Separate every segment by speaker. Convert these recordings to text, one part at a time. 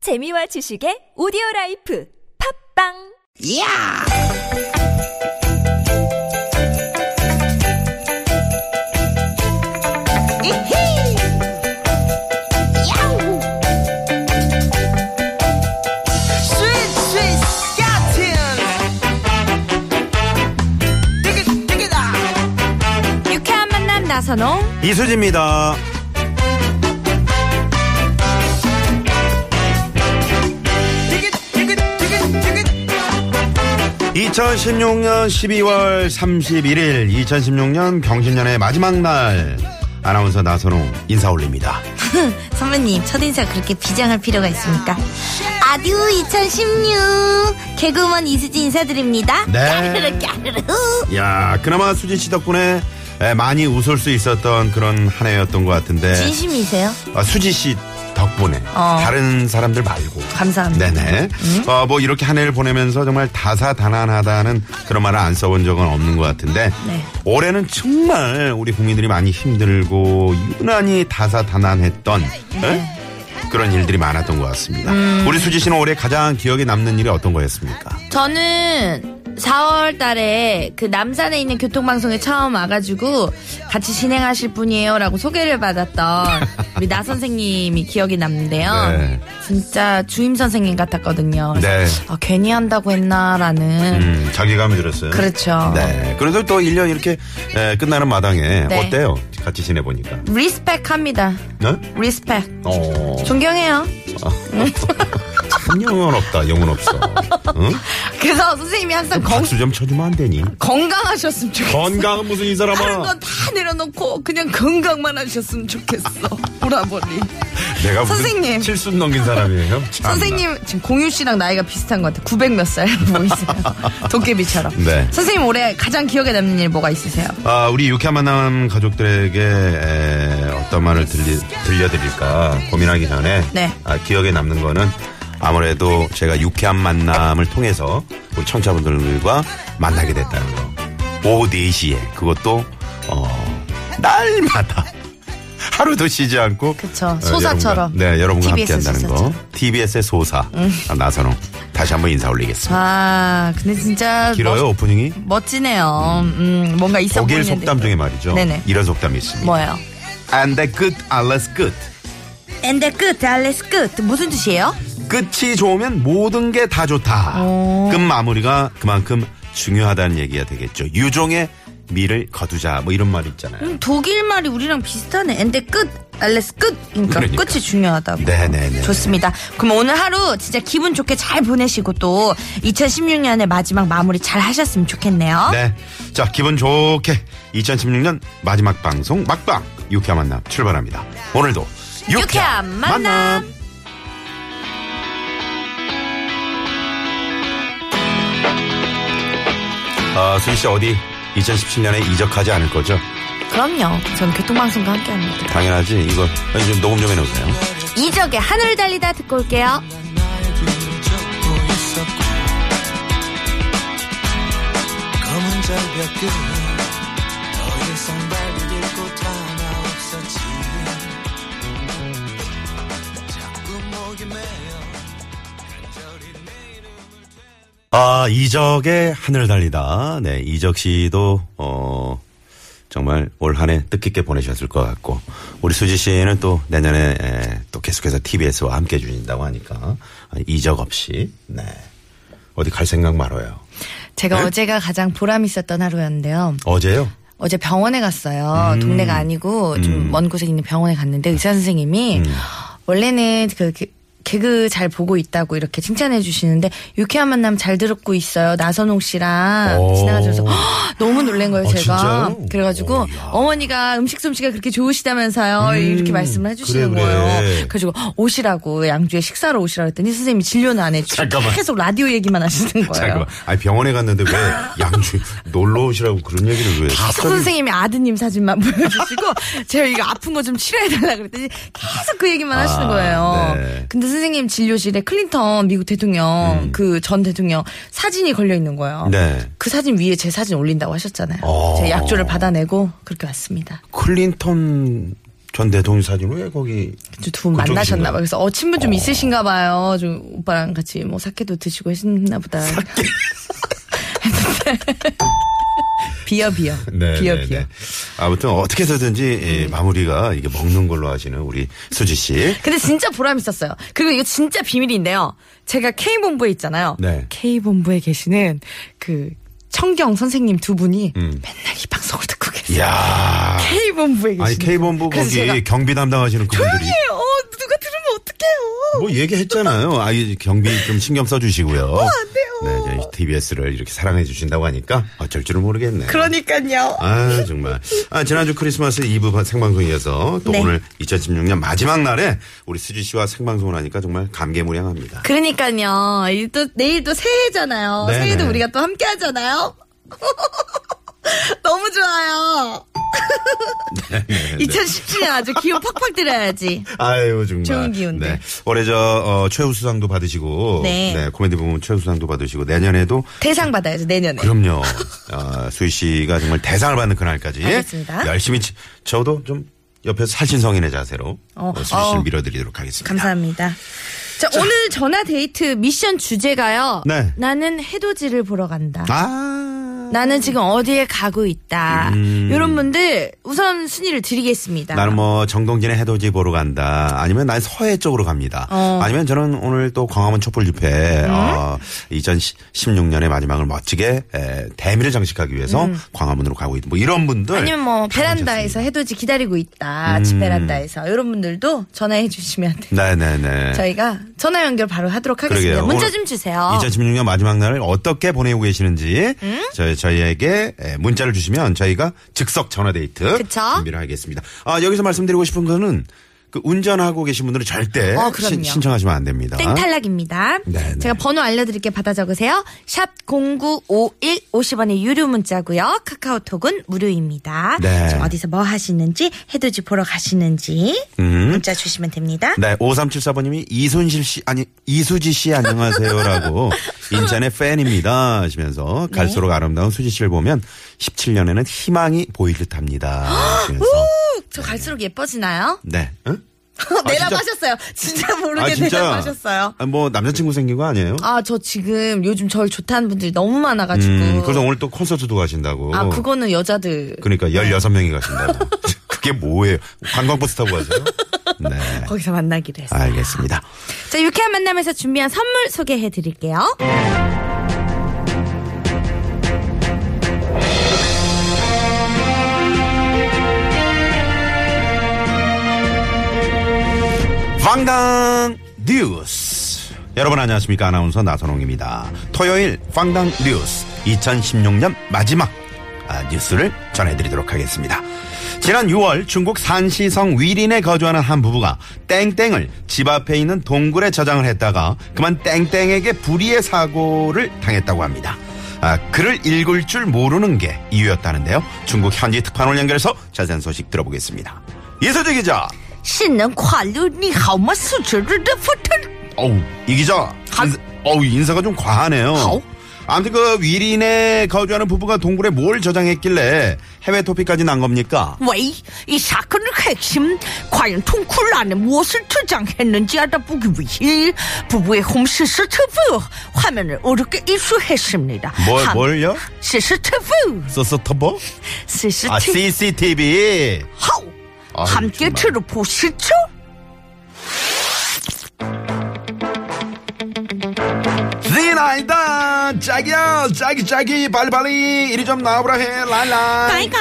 Speaker 1: 재미와 지식의 오디오 라이프 팝빵
Speaker 2: 야! 이히! 야우! 스윗, 스윗, 스카틴! 띠깃, 띠깃아!
Speaker 1: 유쾌한 만남 나선홍
Speaker 3: 이수지입니다.
Speaker 2: 띠깃, 띠깃, 띠깃, 띠깃!
Speaker 3: 2016년 12월 31일, 2016년 경신년의 마지막 날, 아나운서 나선홍 인사 올립니다.
Speaker 4: 선배님 첫인사 그렇게 비장할 필요가 있습니까? 아듀 2016 개그우먼 이수지 인사드립니다.
Speaker 3: 네.
Speaker 4: 까르르 까르르.
Speaker 3: 야, 그나마 수진 씨 덕분에 에, 많이 웃을 수 있었던 그런 한 해였던 것 같은데,
Speaker 4: 진심이세요?
Speaker 3: 어, 수지 씨 덕분에
Speaker 4: 어.
Speaker 3: 다른 사람들 말고.
Speaker 4: 감사합니다. 음.
Speaker 3: 네네. 어, 뭐 이렇게 한 해를 보내면서 정말 다사다난하다는 그런 말을 안 써본 적은 없는 것 같은데
Speaker 4: 네.
Speaker 3: 올해는 정말 우리 국민들이 많이 힘들고 유난히 다사다난했던 에? 그런 일들이 많았던 것 같습니다.
Speaker 4: 음.
Speaker 3: 우리 수지 씨는 올해 가장 기억에 남는 일이 어떤 거였습니까?
Speaker 4: 저는 4월 달에 그 남산에 있는 교통방송에 처음 와가지고 같이 진행하실 분이에요 라고 소개를 받았던 우리 나 선생님이 기억이 남는데요.
Speaker 3: 네.
Speaker 4: 진짜 주임 선생님 같았거든요.
Speaker 3: 네.
Speaker 4: 아, 괜히 한다고 했나라는
Speaker 3: 음, 자기감이 들었어요.
Speaker 4: 그렇죠.
Speaker 3: 네. 그래서 또 1년 이렇게 에, 끝나는 마당에
Speaker 4: 네.
Speaker 3: 어때요? 같이 지내보니까.
Speaker 4: 리스펙 합니다.
Speaker 3: 네?
Speaker 4: 리스펙.
Speaker 3: 어.
Speaker 4: 존경해요.
Speaker 3: 참 영혼 없다. 영혼 없어. 응?
Speaker 4: 그래서 선생님이 항상 건,
Speaker 3: 박수 좀 쳐주면 안 되니?
Speaker 4: 건강하셨으면 좋겠어.
Speaker 3: 건강은 무슨 이
Speaker 4: 다른
Speaker 3: 사람아.
Speaker 4: 건 다 내려놓고 그냥 건강만 하셨으면 좋겠어. 오라버니.
Speaker 3: 내가 무슨
Speaker 4: 선생님.
Speaker 3: 칠순 넘긴 사람이에요. 참나.
Speaker 4: 아, 선생님 지금 공유 씨랑 나이가 비슷한 것 같아요. 900 몇 살 보이세요. 도깨비처럼.
Speaker 3: 네.
Speaker 4: 선생님 올해 가장 기억에 남는 일 뭐가 있으세요?
Speaker 3: 아, 우리 유쾌한 만남 가족들에게 에, 어떤 말을 들리, 들려드릴까 고민하기 전에
Speaker 4: 네.
Speaker 3: 아, 기억에 남는 거는 아무래도 제가 유쾌한 만남을 통해서 우리 청취자분들과 만나게 됐다는 거. 오후 4시에 그것도 어, 날마다 하루도 쉬지 않고
Speaker 4: 그쵸.
Speaker 3: 어,
Speaker 4: 소사처럼.
Speaker 3: 여러분과, 네, 여러분과 함께
Speaker 4: TBS
Speaker 3: 한다는 거.
Speaker 4: 소사처럼.
Speaker 3: TBS의 소사 아, 나선홍 다시 한번 인사 올리겠습니다.
Speaker 4: 아 근데 진짜
Speaker 3: 길어요 오프닝이?
Speaker 4: 멋, 지네요 음, 뭔가 있어
Speaker 3: 독일
Speaker 4: 보이는데.
Speaker 3: 속담 중에 말이죠.
Speaker 4: 네네.
Speaker 3: 이런 속담이 있습니다.
Speaker 4: 뭐예요?
Speaker 3: And the good are less good.
Speaker 4: 엔데 끝, 알레스 끝 무슨 뜻이에요?
Speaker 3: 끝이 좋으면 모든 게 다 좋다. 끝 마무리가 그만큼 중요하다는 얘기가 되겠죠. 유종의 미를 거두자 뭐 이런 말 있잖아요.
Speaker 4: 음, 독일 말이 우리랑 비슷하네. 엔데 끝, 알레스 끝. 그러니까,
Speaker 3: 그러니까.
Speaker 4: 끝이 중요하다고.
Speaker 3: 네네네.
Speaker 4: 좋습니다. 그럼 오늘 하루 진짜 기분 좋게 잘 보내시고 또 2016년의 마지막 마무리 잘 하셨으면 좋겠네요.
Speaker 3: 네. 자, 기분 좋게 2016년 마지막 방송 막방 유쾌한 만남 출발합니다. 오늘도 유쾌한,
Speaker 4: 유쾌한 만남.
Speaker 3: 아, 수희 씨 어디 2017년에 이적하지 않을 거죠?
Speaker 4: 그럼요. 전 교통방송과 함께 합니다.
Speaker 3: 당연하지. 이거 아니, 좀 녹음 좀 해놓으세요.
Speaker 4: 이적의 하늘 달리다 듣고 올게요.
Speaker 5: 검은 절벽 끝 더 이상 밝을 꽃 하나 없었지 자꾸 목이 메어
Speaker 3: 아, 이적의 하늘 달리다. 네, 이적 씨도, 어, 정말 올 한 해 뜻깊게 보내셨을 것 같고, 우리 수지 씨는 또 내년에 에, 또 계속해서 TBS와 함께 해주신다고 하니까, 아, 이적 없이, 네. 어디 갈 생각 말아요.
Speaker 4: 제가
Speaker 3: 네?
Speaker 4: 어제가 가장 보람 있었던 하루였는데요.
Speaker 3: 어제요?
Speaker 4: 어제 병원에 갔어요. 동네가 아니고 좀
Speaker 3: 음.
Speaker 4: 먼 곳에 있는 병원에 갔는데 의사 선생님이 원래는 그 개- 개그 잘 보고 있다고 이렇게 칭찬해 주시는데 유쾌한 만남 잘 들었고 있어요. 나선홍 씨랑
Speaker 3: 오.
Speaker 4: 지나가셔서 헉, 너무 놀란 거예요,
Speaker 3: 어. 아,
Speaker 4: 제가.
Speaker 3: 진짜요?
Speaker 4: 그래가지고
Speaker 3: 오, 이야. 음.
Speaker 4: 어머니가 음식 솜씨가 그렇게 좋으시다면서요. 이렇게 말씀을 해주시는
Speaker 3: 그래, 그래.
Speaker 4: 거예요. 그래가지고 오시라고 양주에 식사로 오시라고 했더니 선생님이 진료는 안 해주시고
Speaker 3: 잠깐만.
Speaker 4: 계속 라디오 얘기만 하시는 거예요.
Speaker 3: 잠깐만. 아니, 병원에 갔는데 왜 양주 놀러 오시라고 그런 얘기를 왜.
Speaker 4: 계속 선생님이 아드님 사진만 보여주시고 제가 이거 아픈 거 좀 치료해달라 그랬더니 계속 그 얘기만 하시는 거예요.
Speaker 3: 아, 네.
Speaker 4: 근데 선생님 진료실에 클린턴 미국 대통령 그 전 대통령 사진이 걸려 있는 거예요.
Speaker 3: 음. 네.
Speaker 4: 그 사진 위에 제 사진 올린다고 하셨잖아요.
Speaker 3: 어.
Speaker 4: 제가 약조를 받아내고 그렇게 왔습니다.
Speaker 3: 클린턴 전 대통령 사진 왜 거기
Speaker 4: 두 분
Speaker 3: 그쪽이신가요?
Speaker 4: 만나셨나 봐. 그래서 어 친분 좀 있으신가 봐요. 좀 오빠랑 같이 뭐 사케도 드시고 했나 보다. 사케. 비어 비어.
Speaker 3: 네,
Speaker 4: 비어
Speaker 3: 네,
Speaker 4: 비어. 음.
Speaker 3: 네. 아무튼 어떻게 해서든지 이 마무리가 이게 먹는 걸로 하시는 우리 수지 씨.
Speaker 4: 근데 진짜 보람 있었어요. 그리고 이거 진짜 비밀인데요. 제가 K 본부에 있잖아요.
Speaker 3: 네.
Speaker 4: K 본부에 계시는 그 청경 선생님 두 분이
Speaker 3: 음.
Speaker 4: 맨날 이 방송을 듣고 계세요.
Speaker 3: 이야.
Speaker 4: K 본부에 계시는.
Speaker 3: 아니 K본부
Speaker 4: 그래서
Speaker 3: 거기
Speaker 4: 제가
Speaker 3: 경비 담당하시는 그분들이
Speaker 4: 조용히 해요. 누가 들으면 어떡해요. 어,
Speaker 3: 뭐 얘기했잖아요. 아이 경비 좀 신경 써주시고요. 안 돼요. 네, 저희 TBS를 이렇게 사랑해 주신다고 하니까 어쩔 줄은 모르겠네.
Speaker 4: 그러니까요.
Speaker 3: 아 정말. 아 지난주 크리스마스 이브 바- 생방송이어서 또
Speaker 4: 네.
Speaker 3: 오늘 2016년 마지막 날에 우리 수지 씨와 생방송을 하니까 정말 감개무량합니다.
Speaker 4: 그러니까요. 이 또, 내일 또 새해잖아요.
Speaker 3: 네네.
Speaker 4: 새해도 우리가 또 함께 하잖아요. 너무 좋아요.
Speaker 3: 네,
Speaker 4: 네, 2017년 아주 기운 팍팍 들어야지.
Speaker 3: 아유 정말.
Speaker 4: 좋은 기운들.
Speaker 3: 네. 올해 저 어, 최우수상도 받으시고,
Speaker 4: 네.
Speaker 3: 코미디 부문 최우수상도 받으시고 내년에도
Speaker 4: 대상 받아야죠, 내년에.
Speaker 3: 그럼요. 아, 수희 씨가 정말 대상을 받는 그날까지
Speaker 4: 알겠습니다.
Speaker 3: 열심히 치- 저도 좀 옆에서 살신성인의 자세로
Speaker 4: 어,
Speaker 3: 어, 수희 씨를
Speaker 4: 어.
Speaker 3: 밀어드리도록 하겠습니다.
Speaker 4: 감사합니다. 자, 오늘 전화 데이트 미션 주제가요.
Speaker 3: 네.
Speaker 4: 나는 해돋이를 보러 간다.
Speaker 3: 아
Speaker 4: 나는 지금 어디에 가고 있다.
Speaker 3: 음.
Speaker 4: 이런 분들 우선 순위를 드리겠습니다.
Speaker 3: 나는 뭐 정동진의 해돋이 보러 간다. 아니면 난 서해 쪽으로 갑니다.
Speaker 4: 어. 음?
Speaker 3: 아니면 저는 오늘 또 광화문 촛불 집회 어, 2016년의 마지막을 멋지게 에, 대미를 장식하기 위해서 광화문으로 가고 있다. 뭐 이런 분들
Speaker 4: 음. 아니면 뭐
Speaker 3: 다 음.
Speaker 4: 베란다에서 해돋이 기다리고 있다. 집 베란다에서 이런 분들도 전화해 주시면 돼요.
Speaker 3: 네네네.
Speaker 4: 저희가 전화 연결 바로 하도록 하겠습니다.
Speaker 3: 그러게요.
Speaker 4: 문자
Speaker 3: 오늘
Speaker 4: 좀 주세요. 음?
Speaker 3: 2016년 마지막 날을 어떻게 보내고 계시는지 저희 저희에게 에, 문자를 주시면 저희가 즉석 전화 데이트
Speaker 4: 그쵸?
Speaker 3: 준비를 하겠습니다. 아 여기서 말씀드리고 싶은 거는 그 운전하고 계신 분들은 절대
Speaker 4: 어, 그럼요.
Speaker 3: 신- 신청하시면 안 됩니다.
Speaker 4: 땡 탈락입니다.
Speaker 3: 아? 네, 네.
Speaker 4: 제가 번호 알려드릴게 받아 적으세요. 샵 0951 50원의 유료 문자고요. 카카오톡은 무료입니다.
Speaker 3: 네.
Speaker 4: 지금 어디서 뭐 하시는지 해돋이 보러 가시는지 문자 주시면 됩니다.
Speaker 3: 음. 네, 5374번님이 이순실 씨, 아니, 이수지 씨 안녕하세요라고 인천의 팬입니다 하시면서
Speaker 4: 네.
Speaker 3: 갈수록 아름다운 수지 씨를 보면 17년에는 희망이 보일 듯 합니다. 하시면서.
Speaker 4: 오, 어, 저 갈수록 예뻐지나요?
Speaker 3: 네. 응?
Speaker 4: 내려가셨어요. 진짜 모르게 내려가셨어요.
Speaker 3: 아, 뭐 남자친구 생긴 거 아니에요?
Speaker 4: 아, 저 지금 요즘 절 좋다는 분들이 너무 많아가지고.
Speaker 3: 음, 그래서 오늘 또 콘서트도 가신다고.
Speaker 4: 아, 그거는 네. 여자들.
Speaker 3: 그러니까 16명이 가신다고. 그게 뭐예요? 관광버스 타고 가세요? 네.
Speaker 4: 거기서 만나기로 했어요.
Speaker 3: 알겠습니다.
Speaker 4: 자, 유쾌한 만남에서 준비한 선물 소개해 드릴게요.
Speaker 3: 황당 뉴스. 여러분 안녕하십니까 아나운서 나선홍입니다. 토요일 황당 뉴스 2016년 마지막 아, 뉴스를 전해드리도록 하겠습니다. 지난 6월 중국 산시성 위린에 거주하는 한 부부가 땡땡을 집 앞에 있는 동굴에 저장을 했다가 그만 땡땡에게 불의의 사고를 당했다고 합니다. 아, 글을 읽을 줄 모르는 게 이유였다는데요. 중국 현지 특파원을 연결해서 자세한 소식 들어보겠습니다. 이서재 기자.
Speaker 4: 新年快乐，你好吗？是节日的福特。
Speaker 3: 어우, 이 기자. 인사, 어우, 인사가 좀 과하네요.
Speaker 4: 하오?
Speaker 3: 아무튼 그 위린에 거주하는 부부가 동굴에 뭘 저장했길래 해외 토픽까지 난 겁니까?
Speaker 4: 喂，이 사건의 핵심 과연 통굴 안에 무엇을 투장했는지 알아보기 위해 부부의 홈시 CCTV 화면을 어렵게 입수했습니다.
Speaker 3: 뭘,
Speaker 4: 한-
Speaker 3: 뭘요?
Speaker 4: CCTV,
Speaker 3: 서서터버? 아,
Speaker 4: CCTV.
Speaker 3: CCTV.
Speaker 4: 하우
Speaker 3: 아유,
Speaker 4: 함께
Speaker 3: 정말.
Speaker 4: 들어보시죠.
Speaker 3: 리나이다! 자기야! 자기, 자기! 빨리빨리! 이리 좀 나오라 해! 랄라!
Speaker 4: 아이가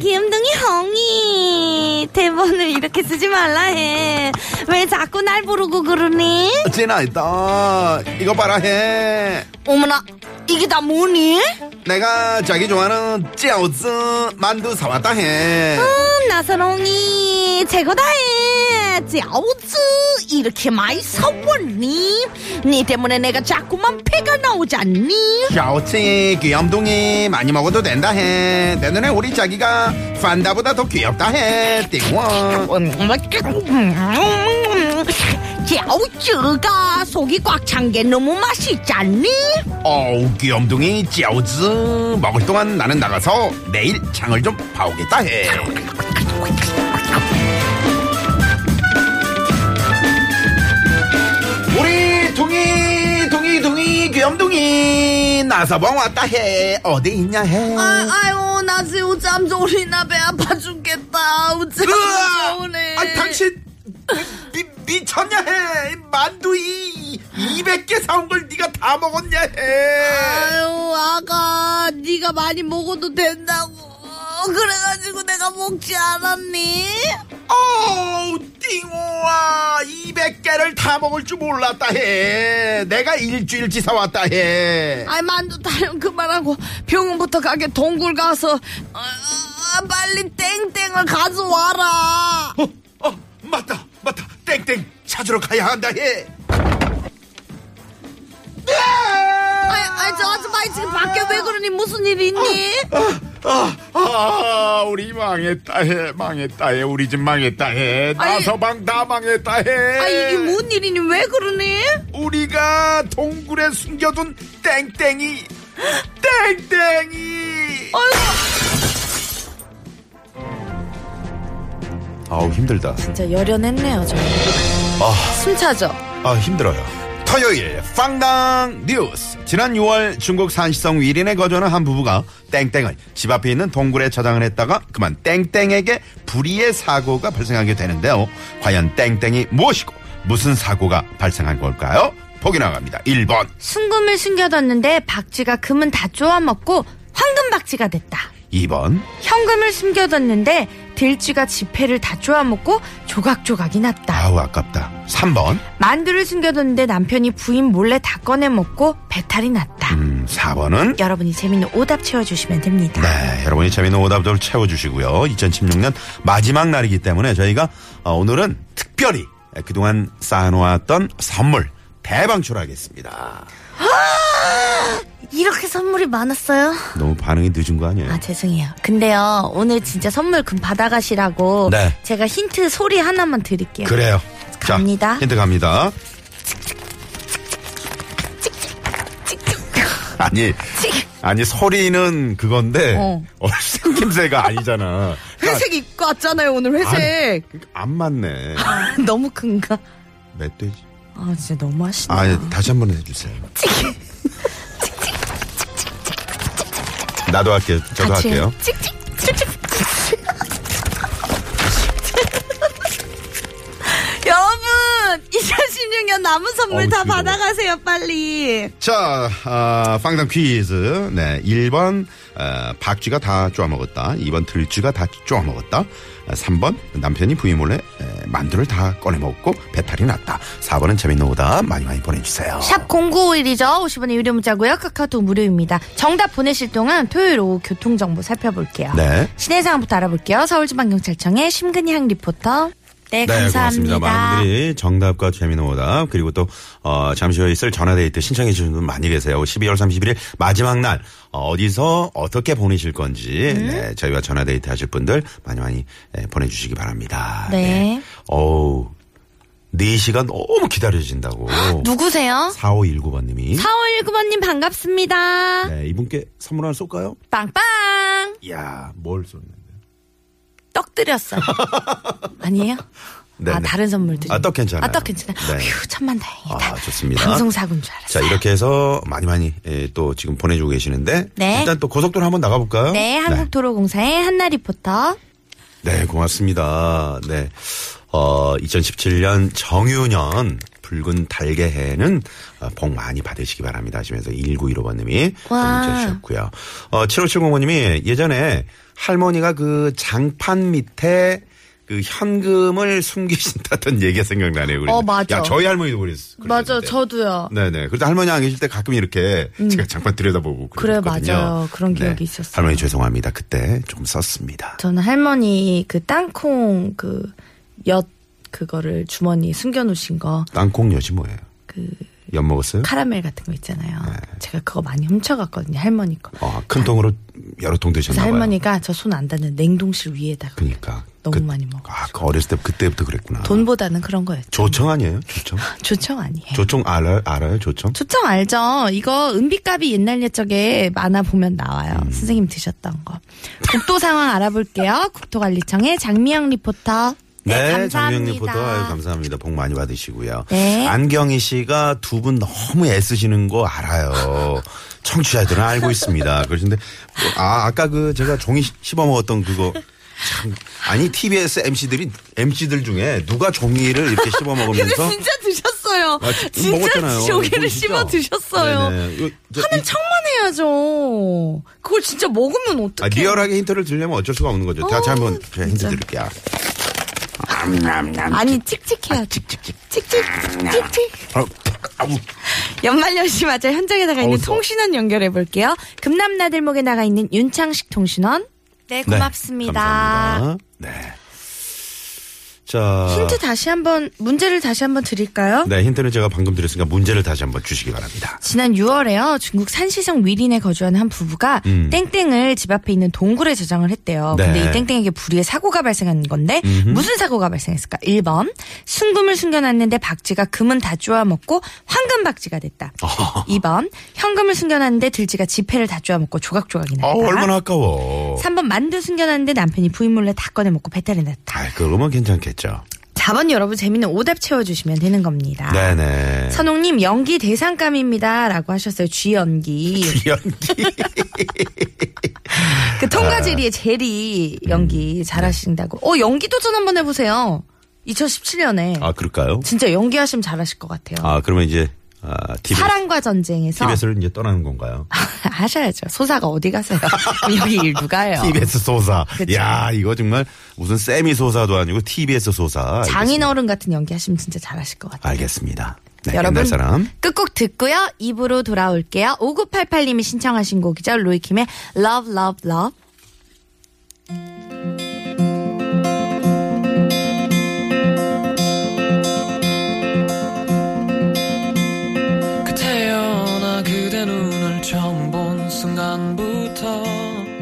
Speaker 4: 귀염둥이 헝이 대본을 이렇게 쓰지 말라 해. 왜 자꾸 날 부르고 그러니?
Speaker 3: 지나이다! 이거 봐라 해!
Speaker 4: 어머나 이게 다 뭐니?
Speaker 3: 내가 자기 좋아하는 쩌우즈 만두 사왔다 해!
Speaker 4: 음, 나선홍이 최고다 해. 자우즈 이렇게 많이 사왔니? 네 때문에 내가 자꾸만 배가 나오잖니?
Speaker 3: 샤오치 귀염둥이 많이 먹어도 된다 해. 내 눈에 우리 자기가 판다보다 더 귀엽다 해. 띵원.
Speaker 4: 음, 자우즈가 음. 속이 꽉 찬 게 너무 맛있잖니?
Speaker 3: 어우 귀염둥이 쩌우즈 먹을 동안 나는 나가서 내일 장을 좀 봐오겠다 해.
Speaker 6: 나서봉 왔다 해 어디 있냐 해
Speaker 4: 아, 아유, 나 지금 잠졸이나 배 아파 죽겠다. 우짜
Speaker 6: 으아!
Speaker 4: 좋네.
Speaker 6: 아니, 당신 미, 미, 미쳤냐 해. 이 만두 이 200개 사온 걸 네가 다 먹었냐
Speaker 4: 아,
Speaker 6: 해.
Speaker 4: 아유, 아가, 네가 많이 먹어도 된다고. 그래가지고 내가 먹지 않았니?
Speaker 6: 어우 띵호아 200개를 다 먹을 줄 몰랐다 해. 내가 일주일치 사왔다 해.
Speaker 4: 아이, 만두 타령 그만하고 병원부터 가게 동굴 가서 어, 어, 빨리 땡땡을 가져와라.
Speaker 6: 어, 어 맞다 맞다 땡땡 찾으러 가야 한다 해.
Speaker 4: 아이, 아이, 저 아줌마 지금 밖에 왜 그러니? 무슨 일 있니?
Speaker 6: 아, 아, 우리 망했다 해, 망했다 해, 우리 집 망했다 해, 나서방 다 망했다 해.
Speaker 4: 아, 이게
Speaker 6: 뭐
Speaker 4: 뭔 일이니? 왜 그러니?
Speaker 6: 우리가 동굴에 숨겨둔 땡땡이, 땡땡이.
Speaker 3: 아우 힘들다.
Speaker 4: 진짜 열연했네요, 저. 숨차죠?
Speaker 3: 아 힘들어요.
Speaker 6: 토요일 빵당 뉴스. 지난 6월 중국 산시성 위린에 거주하는 한 부부가 땡땡을 집 앞에 있는 동굴에 저장을 했다가 그만 땡땡에게 불의의 사고가 발생하게 되는데요. 과연 땡땡이 무엇이고 무슨 사고가 발생한 걸까요? 보기 나갑니다. 1번.
Speaker 4: 순금을 숨겨뒀는데 박쥐가 금은 다 쪼아먹고 황금 박쥐가 됐다.
Speaker 6: 2번,
Speaker 4: 현금을 숨겨뒀는데 들쥐가 지폐를 다 쪼아먹고 조각조각이 났다.
Speaker 6: 아우 아깝다. 3번,
Speaker 4: 만두를 숨겨뒀는데 남편이 부인 몰래 다 꺼내 먹고 배탈이 났다.
Speaker 6: 음, 4번은
Speaker 4: 여러분이 재밌는 오답 채워주시면 됩니다.
Speaker 6: 네, 여러분이 재미있는 오답들 채워주시고요. 2016년 마지막 날이기 때문에 저희가 어, 오늘은 특별히 그동안 쌓아놓았던 선물 대방출하겠습니다.
Speaker 4: 이렇게 선물이 많았어요?
Speaker 3: 너무 반응이 늦은 거 아니에요?
Speaker 4: 아 죄송해요. 근데요 오늘 진짜 선물 금 받아가시라고
Speaker 6: 네.
Speaker 4: 제가 힌트 소리 하나만 드릴게요.
Speaker 6: 그래요. 자,
Speaker 4: 네. 갑니다.
Speaker 6: 힌트 갑니다. 아니, 아니 소리는 그건데
Speaker 4: 어. 그
Speaker 6: 얼굴 생김새가 아니잖아. 그러니까
Speaker 4: 회색 입고 왔잖아요 오늘 회색.
Speaker 6: 안 맞네.
Speaker 4: 아, 너무 큰가?
Speaker 6: 멧돼지.
Speaker 4: 아 진짜 너무 하시네.
Speaker 6: 아, 예, 다시 한 번 해주세요. 나도 할게요. 저도 할게요.
Speaker 4: 여러분 2016년 남은 선물
Speaker 6: 어우,
Speaker 4: 다
Speaker 6: 뜨거워.
Speaker 4: 받아가세요 빨리.
Speaker 6: 자, 아, 빵당 퀴즈. 네, 1번 어, 박쥐가 다 쪼아먹었다. 2번 들쥐가 다 쪼아먹었다. 아, 3번 남편이 부인 몰래 에, 만두를 다 꺼내먹고 배탈이 났다. 4번은 재밌는 오다 많이 많이 보내주세요.
Speaker 4: 샵 0951이죠. 50원의 유료 문자고요. 카카오톡 무료입니다. 정답 보내실 동안 토요일 오후 교통정보 살펴볼게요.
Speaker 6: 네.
Speaker 4: 시내 상황부터 알아볼게요. 서울지방경찰청의 심근향 리포터. 네, 감사합니다.
Speaker 3: 고맙습니다. 많은 분들이 정답과 재미있는 오답 그리고 또 어, 잠시 후에 있을 전화데이트 신청해 주시는 분 많이 계세요. 12월 31일 마지막 날 어, 디서 어떻게 보내실 건지
Speaker 4: 음.
Speaker 3: 네, 저희와 전화데이트 하실 분들 많이 많이 예, 보내주시기 바랍니다.
Speaker 4: 네.
Speaker 3: 어우 4시간 너무 기다려진다고.
Speaker 4: 누구세요?
Speaker 3: 4519번님이
Speaker 4: 4519번님 반갑습니다.
Speaker 3: 네, 이분께 선물 하나 쏠까요?
Speaker 4: 빵빵!
Speaker 3: 이야 뭘 쏘는데?
Speaker 4: 떡 드렸어요. 아니에요?
Speaker 3: 네네.
Speaker 4: 아, 다른 선물 드리
Speaker 3: 아, 떡 괜찮아요.
Speaker 4: 아, 떡 괜찮아요.
Speaker 3: 네.
Speaker 4: 휴, 천만 다행이다.
Speaker 3: 아, 좋습니다.
Speaker 4: 방송사고인 줄 알았어요.
Speaker 3: 자 이렇게 해서 많이 많이 예, 또 지금 보내주고 계시는데
Speaker 4: 네.
Speaker 3: 일단 또 고속도로 한번 나가볼까요?
Speaker 4: 네, 한국도로공사의 한나 리포터.
Speaker 3: 네, 고맙습니다. 네. 어, 2017년 정유년 붉은 달개 해는 어, 복 많이 받으시기 바랍니다. 하시면서 1915번님이
Speaker 4: 와.
Speaker 3: 문자 주셨고요. 어, 7570번님이 예전에 할머니가 그 장판 밑에 그 현금을 숨기신다던 얘기가 생각나네요. 그래서
Speaker 4: 어, 맞아.
Speaker 3: 야, 저희 할머니도 그랬어.
Speaker 4: 맞아, 저도요.
Speaker 3: 네네. 그래도 할머니 안 계실 때 가끔 이렇게 제가 장판 들여다보고
Speaker 4: 음. 그래,
Speaker 3: 그랬거든요. 네.
Speaker 4: 맞아요. 그런 기억이 있었어요.
Speaker 3: 할머니 죄송합니다. 그때 좀 썼습니다.
Speaker 4: 저는 할머니 그 땅콩 그 엿 그거를 주머니에 숨겨놓으신 거
Speaker 3: 땅콩 엿이 뭐예요?
Speaker 4: 그
Speaker 3: 엿 먹었어요?
Speaker 4: 카라멜 같은 거 있잖아요.
Speaker 3: 네.
Speaker 4: 제가 그거 많이 훔쳐갔거든요. 할머니 거.
Speaker 3: 아, 큰 통으로 여러 통
Speaker 4: 그래서
Speaker 3: 드셨나봐요.
Speaker 4: 할머니가 저 손 안 닿는 냉동실 위에다가
Speaker 3: 그러니까
Speaker 4: 너무 많이 먹어가지고.
Speaker 3: 아, 그 어렸을 때 그때부터 그랬구나.
Speaker 4: 돈보다는 그런 거였죠.
Speaker 3: 조청 아니에요? 조청?
Speaker 4: 조청 아니에요. 예.
Speaker 3: 조청 알아요? 알아요? 조청?
Speaker 4: 조청 알죠? 이거 은비값이 옛날 옛적에 만화 보면 나와요.
Speaker 3: 음.
Speaker 4: 선생님 드셨던 거. 국도 상황 알아볼게요. 국토관리청의 장미영 리포터. 네,
Speaker 3: 장미영님
Speaker 4: 감사합니다.
Speaker 3: 포토 아유, 감사합니다. 복 많이 받으시고요.
Speaker 4: 네.
Speaker 3: 안경희 씨가 두 분 너무 애쓰시는 거 알아요. 청취자들은 알고 있습니다. 그러신데 뭐, 아 아까 그 제가 종이 씹어 먹었던 그거 참 아니 TBS MC들이 MC들 중에 누가 종이를 이렇게 씹어
Speaker 4: 근데
Speaker 3: 먹으면서
Speaker 4: 진짜 드셨어요.
Speaker 3: 아, 지- 먹었잖아요.
Speaker 4: 진짜 조개를
Speaker 3: 이거 진짜.
Speaker 4: 씹어 드셨어요.
Speaker 3: 네네. 이거 저- 이-
Speaker 4: 하늘 청만해야죠. 그걸 진짜 먹으면
Speaker 3: 아,
Speaker 4: 어떡해.
Speaker 3: 리얼하게 힌트를 드리려면 어쩔 수가 없는 거죠. 자, 제가 한번 제가 힌트
Speaker 4: 진짜.
Speaker 3: 드릴게요.
Speaker 4: 아니 음, 칙칙해요. 칙칙. 아, 칙칙. 칙칙. 연말연시 맞아 현장에 나가 있는 통신원 연결해 볼게요. 금남나들목에 나가 있는 윤창식 통신원. 네
Speaker 3: 네,
Speaker 4: 고맙습니다.
Speaker 3: 감사합니다. 네. 자.
Speaker 4: 힌트 다시 한번 문제를 다시 한번 드릴까요?
Speaker 3: 네, 힌트는 제가 방금 드렸으니까 문제를 다시 한번 주시기 바랍니다.
Speaker 4: 지난 6월에요. 중국 산시성 위린에 거주하는 한 부부가 땡땡을 집 앞에 있는 동굴에 저장을 했대요.
Speaker 3: 음. 네.
Speaker 4: 근데 이 땡땡에게 불의의 사고가 발생한 건데 무슨 사고가 발생했을까? 1번 순금을 숨겨놨는데 박쥐가 금은 다 쪼아먹고 황금 박쥐가 됐다.
Speaker 3: 어.
Speaker 4: 2번 현금을 숨겨놨는데 들쥐가 지폐를 다 쪼아먹고 조각조각이
Speaker 3: 아,
Speaker 4: 났다.
Speaker 3: 얼마나 아까워.
Speaker 4: 3번 만두 숨겨놨는데 남편이 부인 몰래 다 꺼내먹고 배탈이 났다.
Speaker 3: 아, 그러면 괜찮겠죠.
Speaker 4: 4번 여러분 재밌는 오답 채워주시면 되는 겁니다.
Speaker 3: 네네.
Speaker 4: 아, 선홍님 연기 대상감입니다라고 하셨어요. 쥐 연기.
Speaker 3: 연기.
Speaker 4: 그
Speaker 3: 아.
Speaker 4: 통과 제리의 제리
Speaker 3: 음.
Speaker 4: 연기
Speaker 3: 네.
Speaker 4: 잘하신다고. 어 연기 도전 한번 해보세요. 2017년에
Speaker 3: 아, 그럴까요?
Speaker 4: 진짜 연기하시면 잘하실 것 같아요.
Speaker 3: 아, 그러면 이제, 아, TBS,
Speaker 4: 사랑과 전쟁에서
Speaker 3: TBS를 이제 떠나는 건가요?
Speaker 4: 하셔야죠. 소사가 어디 가세요? 여기 일 누가 해요?
Speaker 3: TBS 소사.
Speaker 4: 아, 그쵸.
Speaker 3: 야 이거 정말 무슨 세미 소사도 아니고 TBS 소사.
Speaker 4: 장인어른 같은 연기하시면 진짜 잘하실 것 같아요.
Speaker 3: 알겠습니다. 네,
Speaker 4: 여러분
Speaker 3: 옛날 사람.
Speaker 4: 끝곡 듣고요. 입으로 돌아올게요. 5988님이 신청하신 곡이죠. 로이킴의 Love Love Love.
Speaker 5: 그 태어나 그대 눈을 처음 본 순간부터